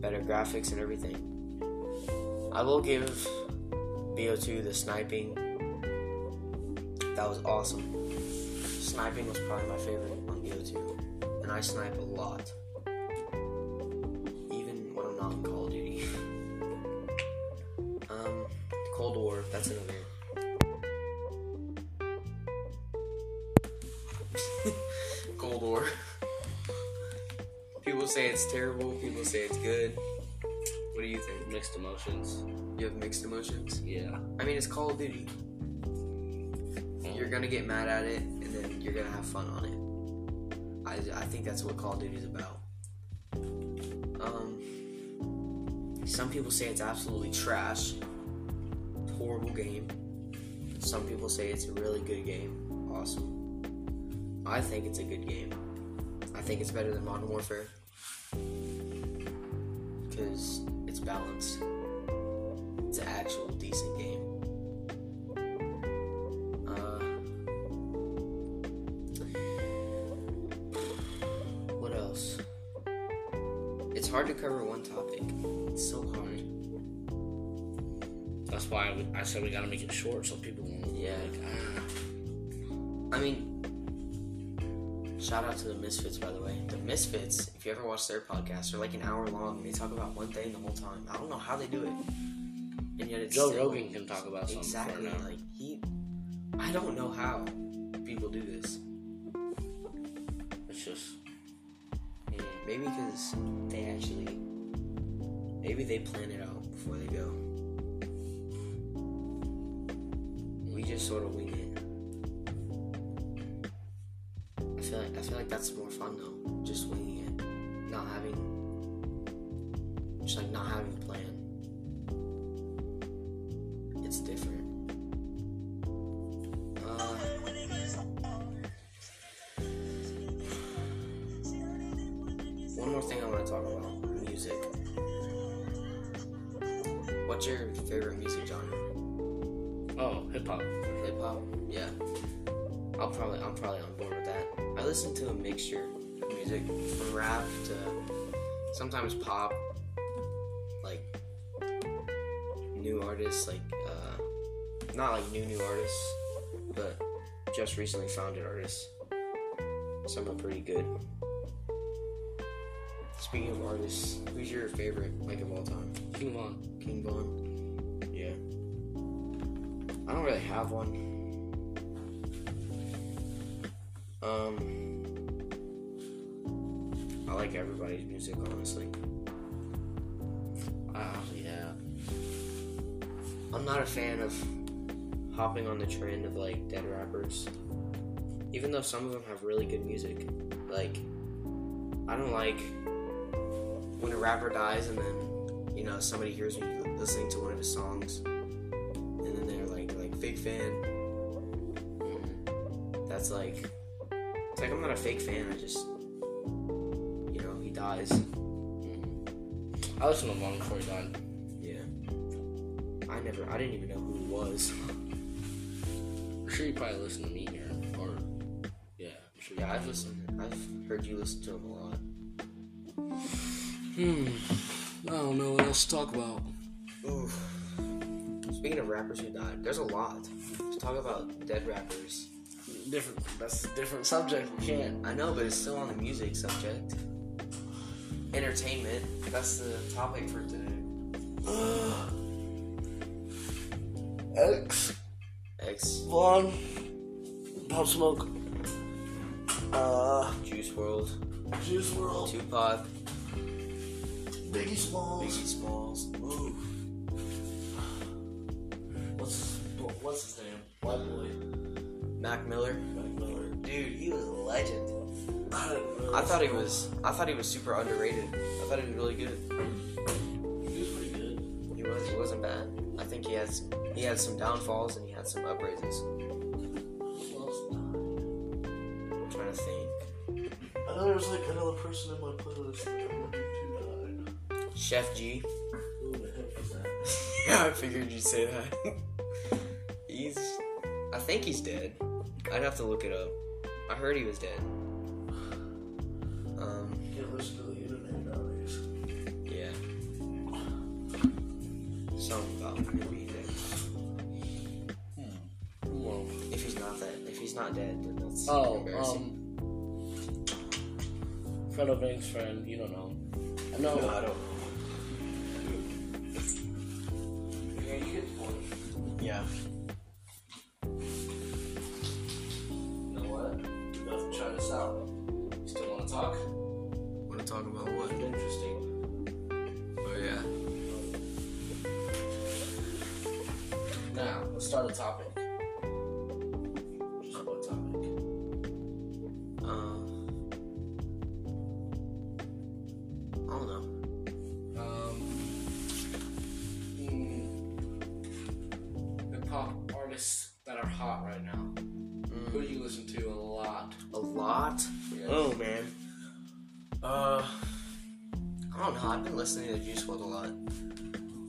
[SPEAKER 1] Better graphics and everything. I will give BO2 the sniping. That was awesome. Sniping was probably my favorite on BO2. And I snipe a lot. Even when I'm not in Call of Duty. um, Cold War, that's another. Cold War. People say it's terrible. People say it's good. What do you think?
[SPEAKER 2] Mixed emotions.
[SPEAKER 1] You have mixed emotions.
[SPEAKER 2] Yeah.
[SPEAKER 1] I mean, it's Call of Duty. You're gonna get mad at it, and then you're gonna have fun on it. I, I think that's what Call of Duty is about. Um, some people say it's absolutely trash, horrible game. Some people say it's a really good game, awesome. I think it's a good game. I think it's better than Modern Warfare because it's balanced. It's an actual decent game. Uh, It's hard to cover one topic. It's so hard.
[SPEAKER 2] That's why we, I said we gotta make it short so people won't.
[SPEAKER 1] Yeah.
[SPEAKER 2] Like, ah.
[SPEAKER 1] I mean, shout out to the Misfits, by the way. The Misfits, if you ever watch their podcast, they're like an hour long and they talk about one thing the whole time. I don't know how they do it. And yet it's
[SPEAKER 2] Joe
[SPEAKER 1] still-
[SPEAKER 2] Rogan can talk about something
[SPEAKER 1] Exactly.
[SPEAKER 2] for an hour.
[SPEAKER 1] Like he, I don't know how people do this.
[SPEAKER 2] It's just.
[SPEAKER 1] And maybe because they actually, maybe they plan it out before they go. We just sort of wing it. I feel like I feel like that's more fun though. Just winging it, not having, just like not having a plan. It's different. Uh, One more thing I want to talk about music. What's your favorite music genre?
[SPEAKER 2] Oh, hip hop.
[SPEAKER 1] Hip hop? Yeah. I'll probably I'm probably on board with that. I listen to a mixture of music from rap to sometimes pop, like new artists, like uh, not like new new artists, but just recently founded artists. Some are pretty good. Speaking of artists, who's your favorite like of all time?
[SPEAKER 2] King Von.
[SPEAKER 1] King Von. Yeah. I don't really have one. Um, I like everybody's music, honestly.
[SPEAKER 2] Ah, yeah.
[SPEAKER 1] I'm not a fan of hopping on the trend of like dead rappers, even though some of them have really good music. Like, I don't like when a rapper dies and then you know somebody hears me listening to one of his songs, and then they're like like fake fan. That's like it's like I'm not a fake fan. I just you know he dies.
[SPEAKER 2] I listened to Von before he died.
[SPEAKER 1] Yeah. I never. I didn't even know who he was.
[SPEAKER 2] I'm sure you probably listen to me here. Or. Yeah. I'm sure you-
[SPEAKER 1] Yeah, I've listened. I've heard you listen to him a lot.
[SPEAKER 2] Hmm. I don't know what else to talk about.
[SPEAKER 1] Oof. Speaking of rappers who died, there's a lot. Let's talk about dead rappers.
[SPEAKER 2] Different. That's a different subject. We can't.
[SPEAKER 1] I know, but it's still on the music subject. Entertainment. That's the topic for today.
[SPEAKER 2] X.
[SPEAKER 1] X
[SPEAKER 2] Vaughn. Pop Smoke. Uh.
[SPEAKER 1] Juice World,
[SPEAKER 2] Juice World.
[SPEAKER 1] Tupac,
[SPEAKER 2] Biggie Smalls.
[SPEAKER 1] Biggie Smalls.
[SPEAKER 2] Ooh. What's what's his name? White boy.
[SPEAKER 1] Mac Miller.
[SPEAKER 2] Mac Miller.
[SPEAKER 1] Dude, he was a legend.
[SPEAKER 2] I, didn't
[SPEAKER 1] I thought he was. I thought he was super underrated. I thought he was really good.
[SPEAKER 2] He was pretty good.
[SPEAKER 1] He was. He wasn't bad. I think he had. Some, he had some downfalls and he had some upraises. I'm trying to think.
[SPEAKER 2] I know there was like another person in my playlist that I wanted to die.
[SPEAKER 1] Chef G.
[SPEAKER 2] Who the heck is that?
[SPEAKER 1] Yeah, I figured you'd say that. he's. I think he's dead. I'd have to look it up. I heard he was dead. Um,
[SPEAKER 2] Can't listen to the internet nowadays.
[SPEAKER 1] yeah. Something about him could be dead.
[SPEAKER 2] Well,
[SPEAKER 1] If he's not that, if he's not dead, then that's
[SPEAKER 2] oh,
[SPEAKER 1] embarrassing.
[SPEAKER 2] um, friend of Banks' friend. You don't know. I know.
[SPEAKER 1] No, I don't
[SPEAKER 3] Yeah, you get the point.
[SPEAKER 1] know. Yeah.
[SPEAKER 3] You know what? You have to try this out. You still want to talk?
[SPEAKER 1] Want to talk about what?
[SPEAKER 3] Interesting.
[SPEAKER 1] Oh yeah.
[SPEAKER 3] Now, let's start a topic. Just one topic.
[SPEAKER 1] Um. I don't know.
[SPEAKER 3] Um, mm, hip hop artists that are hot right now. Who do you listen to a lot?
[SPEAKER 1] A lot.
[SPEAKER 3] Yeah.
[SPEAKER 1] Oh man.
[SPEAKER 3] Uh,
[SPEAKER 1] I don't know. I've been listening to Juice WRLD a lot.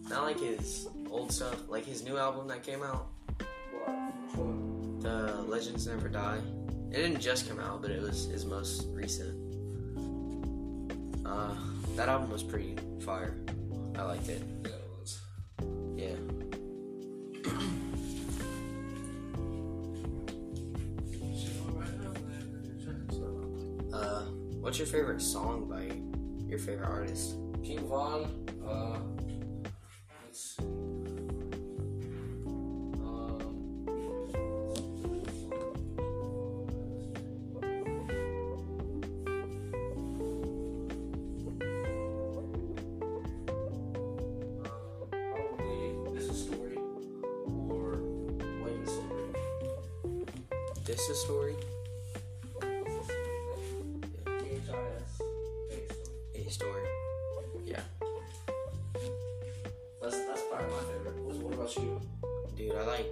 [SPEAKER 1] Not like his old stuff, like his new album that came out,
[SPEAKER 3] what? What?
[SPEAKER 1] The Legends Never Die. It didn't just come out, but it was his most recent. Uh, That album was pretty fire. I liked it.
[SPEAKER 2] Yeah, it was.
[SPEAKER 1] Yeah. Uh, what's your favorite song by your favorite artist?
[SPEAKER 2] King Von, uh, let's see. Um, um, probably This Is Story or Wayne's Story.
[SPEAKER 1] This is story.
[SPEAKER 2] THRS.
[SPEAKER 1] A story. Yeah.
[SPEAKER 2] That's, that's probably my favorite. What, what about you?
[SPEAKER 1] Dude, I like.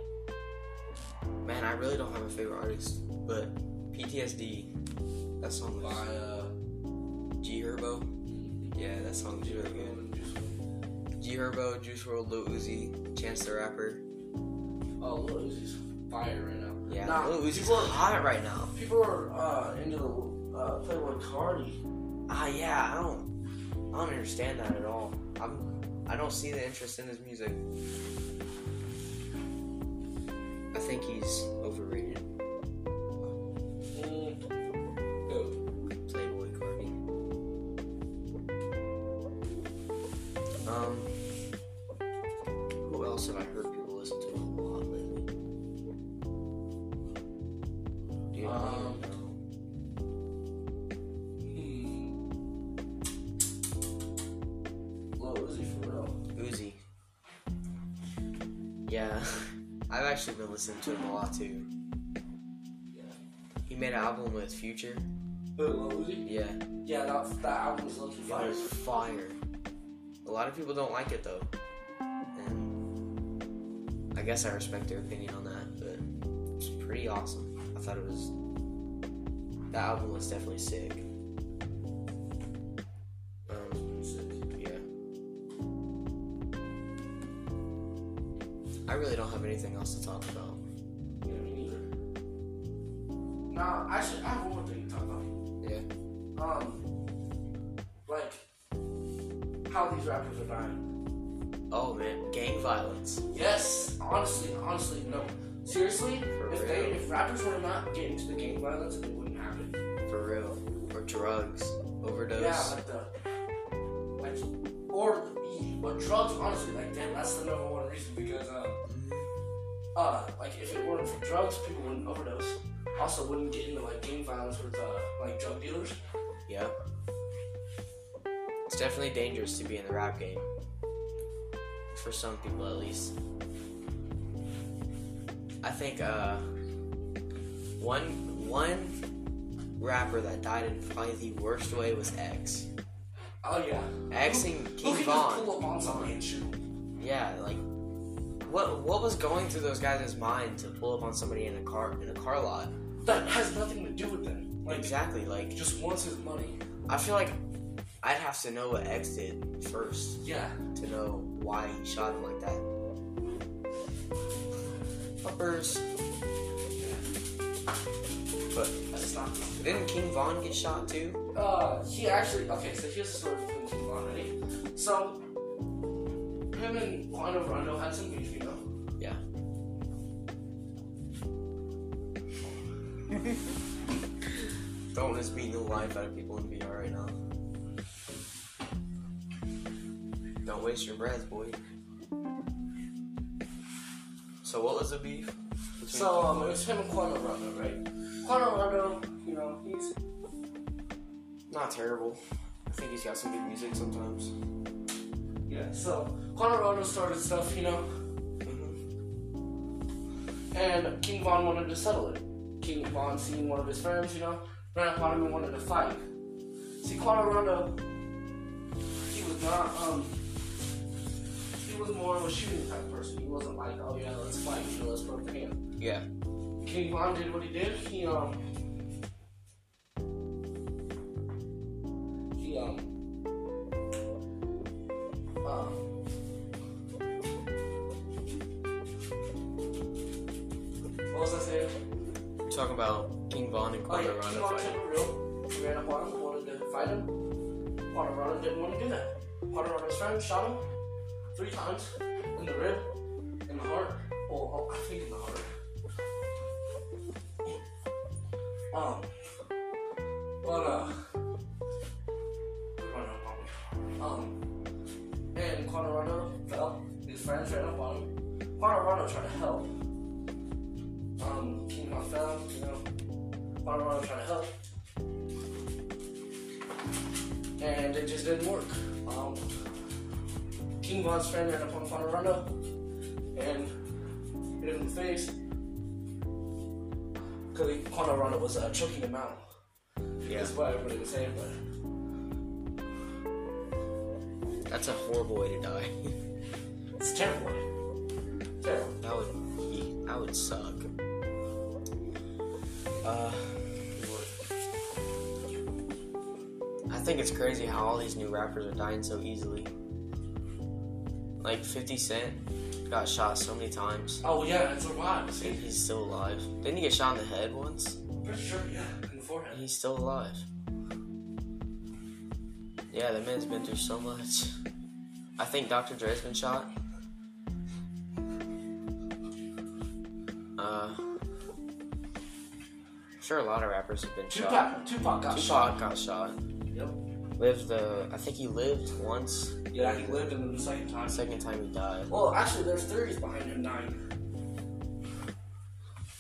[SPEAKER 1] Man, I really don't have a favorite artist, but PTSD. That song
[SPEAKER 2] By,
[SPEAKER 1] was
[SPEAKER 2] uh,
[SPEAKER 1] G Herbo. Yeah, that song's really good. G Herbo, Juice World, Lil Uzi, Chance the Rapper.
[SPEAKER 2] Oh, Lil Uzi's fire right now.
[SPEAKER 1] Yeah,
[SPEAKER 2] Nah,
[SPEAKER 1] Lil Uzi's
[SPEAKER 2] people-
[SPEAKER 1] hot right now.
[SPEAKER 2] People are uh, into the uh, Playboy Cardi.
[SPEAKER 1] Ah, yeah, I don't, I don't understand that at all. I'm, I don't see the interest in his music. I think he's overrated.
[SPEAKER 2] Eh, Who?
[SPEAKER 1] Playboy Cardi. Um, who else have I heard people listen to a lot lately? Dude, I don't
[SPEAKER 2] Um,
[SPEAKER 1] know.
[SPEAKER 2] Hmm. Lil Uzi for real.
[SPEAKER 1] Uzi. Yeah, I've actually been listening to him a lot too.
[SPEAKER 2] Yeah.
[SPEAKER 1] He made an album with Future.
[SPEAKER 2] Who? Lil Uzi?
[SPEAKER 1] Yeah,
[SPEAKER 2] Yeah, that that album's lucky
[SPEAKER 1] it
[SPEAKER 2] fire.
[SPEAKER 1] was fire. A lot of people don't like it though, and I guess I respect their opinion on that. But it's pretty awesome. I thought it was that album was definitely sick. Um, yeah. I really don't have anything else to talk about.
[SPEAKER 2] Yeah, me neither. Nah, actually, I have one more thing to talk about.
[SPEAKER 1] Yeah.
[SPEAKER 2] Um, like how these rappers are dying.
[SPEAKER 1] Oh man, gang violence.
[SPEAKER 2] Yes, honestly, honestly, no. Seriously,
[SPEAKER 1] For
[SPEAKER 2] if they
[SPEAKER 1] real.
[SPEAKER 2] if rappers were not getting to the gang violence, it wouldn't happen.
[SPEAKER 1] For real. Or drugs. Overdose.
[SPEAKER 2] Yeah, like the like or but drugs honestly like damn that's the number one reason because um uh like if it weren't for drugs people wouldn't overdose. Also wouldn't get into like gang violence with uh like drug dealers.
[SPEAKER 1] Yeah. It's definitely dangerous to be in the rap game. For some people, at least. I think uh, one one rapper that died in probably the worst way was X.
[SPEAKER 2] Oh yeah.
[SPEAKER 1] Xing
[SPEAKER 2] Who
[SPEAKER 1] King
[SPEAKER 2] can just
[SPEAKER 1] Von.
[SPEAKER 2] pull up on somebody and shoot 'em?
[SPEAKER 1] Yeah, like what what was going through those guys' mind to pull up on somebody in a car in a car lot?
[SPEAKER 2] That has nothing to do with them. Like
[SPEAKER 1] Exactly. Like
[SPEAKER 2] just wants his money.
[SPEAKER 1] I feel like I'd have to know what X did first.
[SPEAKER 2] Yeah.
[SPEAKER 1] to know why he shot him like that. Uppers. But
[SPEAKER 2] That's not
[SPEAKER 1] didn't King Von get shot too?
[SPEAKER 2] uh, he actually okay. So here's the story between King Von, right? So him and Quando Rondo had some beef, you know.
[SPEAKER 1] Yeah. Dalton is beating the life out of people in VR right now. Don't waste your breath, boy. So what was the beef? between
[SPEAKER 2] So
[SPEAKER 1] King
[SPEAKER 2] um, it
[SPEAKER 1] Von-
[SPEAKER 2] was him and Quando Rondo, right? Quando Rondo, you know, he's
[SPEAKER 1] not terrible. I think he's got some good music sometimes.
[SPEAKER 2] yeah. So Quando Rondo started stuff, you know, Mm-hmm. and King Von wanted to settle it. King Von seen one of his friends, you know, ran up on him and wanted to fight. See, Quando Rondo, he was not um, he was more of a shooting type person. He wasn't like, oh yeah, let's fight, you know, let's break the hand.
[SPEAKER 1] Yeah.
[SPEAKER 2] King Von did what he did. He um he um uh, what was I saying?
[SPEAKER 1] You're talking about King Von and
[SPEAKER 2] Oh yeah,
[SPEAKER 1] Quando Rondo
[SPEAKER 2] King Von
[SPEAKER 1] fighting.
[SPEAKER 2] took a real. He ran up on him, wanted to fight him. Quadrado didn't want to do that. Quadrado's friend shot him three times in the rib, in the heart. Well, I think in the heart. Um, but uh, I don't know, um, and Quadrado fell. His friends ran up on him. Quadrado tried to help. Um, King Kong fell. You know, Quadrado tried to help. and it just didn't work. Um, King Von's friend ran up on Fonaranda and hit him in the face because Fonaranda was uh, choking him out.
[SPEAKER 1] Yeah.
[SPEAKER 2] That's what everybody was saying, but
[SPEAKER 1] That's a horrible way to die.
[SPEAKER 2] it's terrible. Terrible.
[SPEAKER 1] That would that would suck. Uh, I think it's crazy how all these new rappers are dying so easily. Like 50 Cent got shot so many times.
[SPEAKER 2] Oh yeah, it's a lot.
[SPEAKER 1] and
[SPEAKER 2] See,
[SPEAKER 1] He's still alive. Didn't he get shot in the head once?
[SPEAKER 2] pretty sure, yeah, in the
[SPEAKER 1] And
[SPEAKER 2] forehead.
[SPEAKER 1] he's still alive. Yeah, that man's been through so much. I think Dr. Dre's been shot. Uh, sure, a lot of rappers have been shot.
[SPEAKER 2] Tupac, Tupac got
[SPEAKER 1] Tupac
[SPEAKER 2] shot.
[SPEAKER 1] got shot.
[SPEAKER 2] Yep.
[SPEAKER 1] Lived the. I think he lived once.
[SPEAKER 2] Yeah, he lived in the second time.
[SPEAKER 1] Second time he died.
[SPEAKER 2] Well, actually, there's theories behind him dying.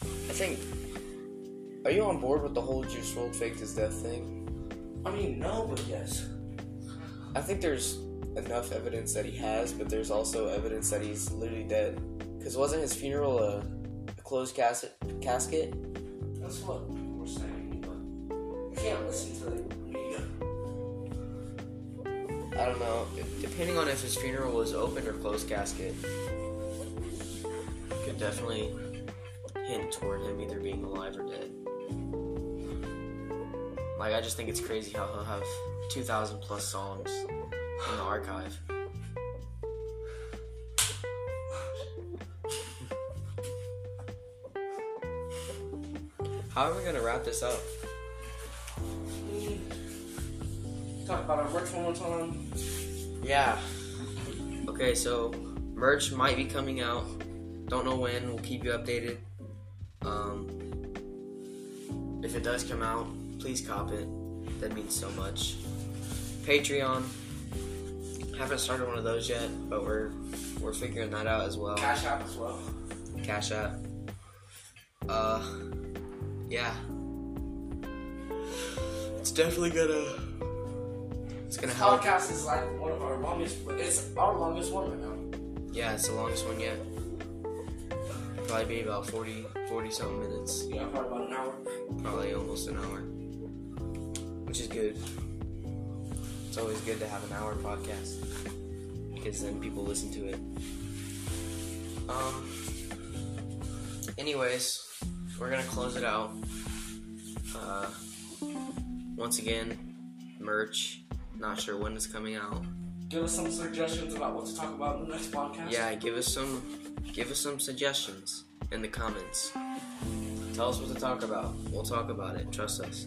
[SPEAKER 1] I think. Are you on board with the whole Juice World faked his death thing?
[SPEAKER 2] I mean, no, but yes.
[SPEAKER 4] I think there's enough evidence that he has, but there's also evidence that he's literally dead. Because wasn't his funeral a, a closed cas- casket?
[SPEAKER 2] That's what people were saying, but you can't listen to the media.
[SPEAKER 4] I don't know.
[SPEAKER 1] Depending on if his funeral was open or closed casket, could definitely hint toward him either being alive or dead. Like, I just think it's crazy how he'll have 2,000 plus songs in the archive. How are we gonna wrap this up?
[SPEAKER 2] Talk about our merch one more time.
[SPEAKER 1] Yeah. Okay, so merch might be coming out. Don't know when. We'll keep you updated. Um, if it does come out, please cop it. That means so much. Patreon. Haven't started one of those yet, but we're we're figuring that out as well.
[SPEAKER 2] Cash App as well.
[SPEAKER 1] Cash App. Uh, yeah. It's definitely gonna. It's gonna help.
[SPEAKER 2] Podcast is like one of our longest. It's our longest one right now.
[SPEAKER 1] Yeah, it's the longest one yet. Probably be about 40, 40 something minutes.
[SPEAKER 2] Yeah, probably about an hour.
[SPEAKER 1] Probably almost an hour. Which is good. It's always good to have an hour podcast. Because then people listen to it. Um. Anyways, we're gonna close it out. Uh, once again, merch. Not sure when it's coming out.
[SPEAKER 2] Give us some suggestions about what to talk about in the next podcast.
[SPEAKER 1] Yeah, give us some give us some suggestions in the comments. Tell us what to talk about. We'll talk about it. Trust us.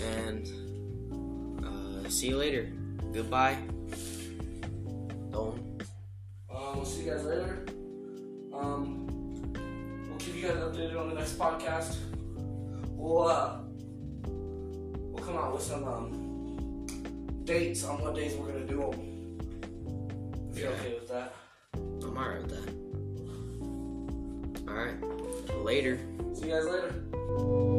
[SPEAKER 1] And uh, see you later. Goodbye. Don't.
[SPEAKER 2] Um, we'll see you guys later. Um, we'll keep you guys updated on the next podcast. We'll uh, we'll come out with some um, dates on what days we're gonna do them. If you're
[SPEAKER 1] Yeah.
[SPEAKER 2] okay with that.
[SPEAKER 1] I'm alright with that. Alright. Later.
[SPEAKER 2] See you guys later.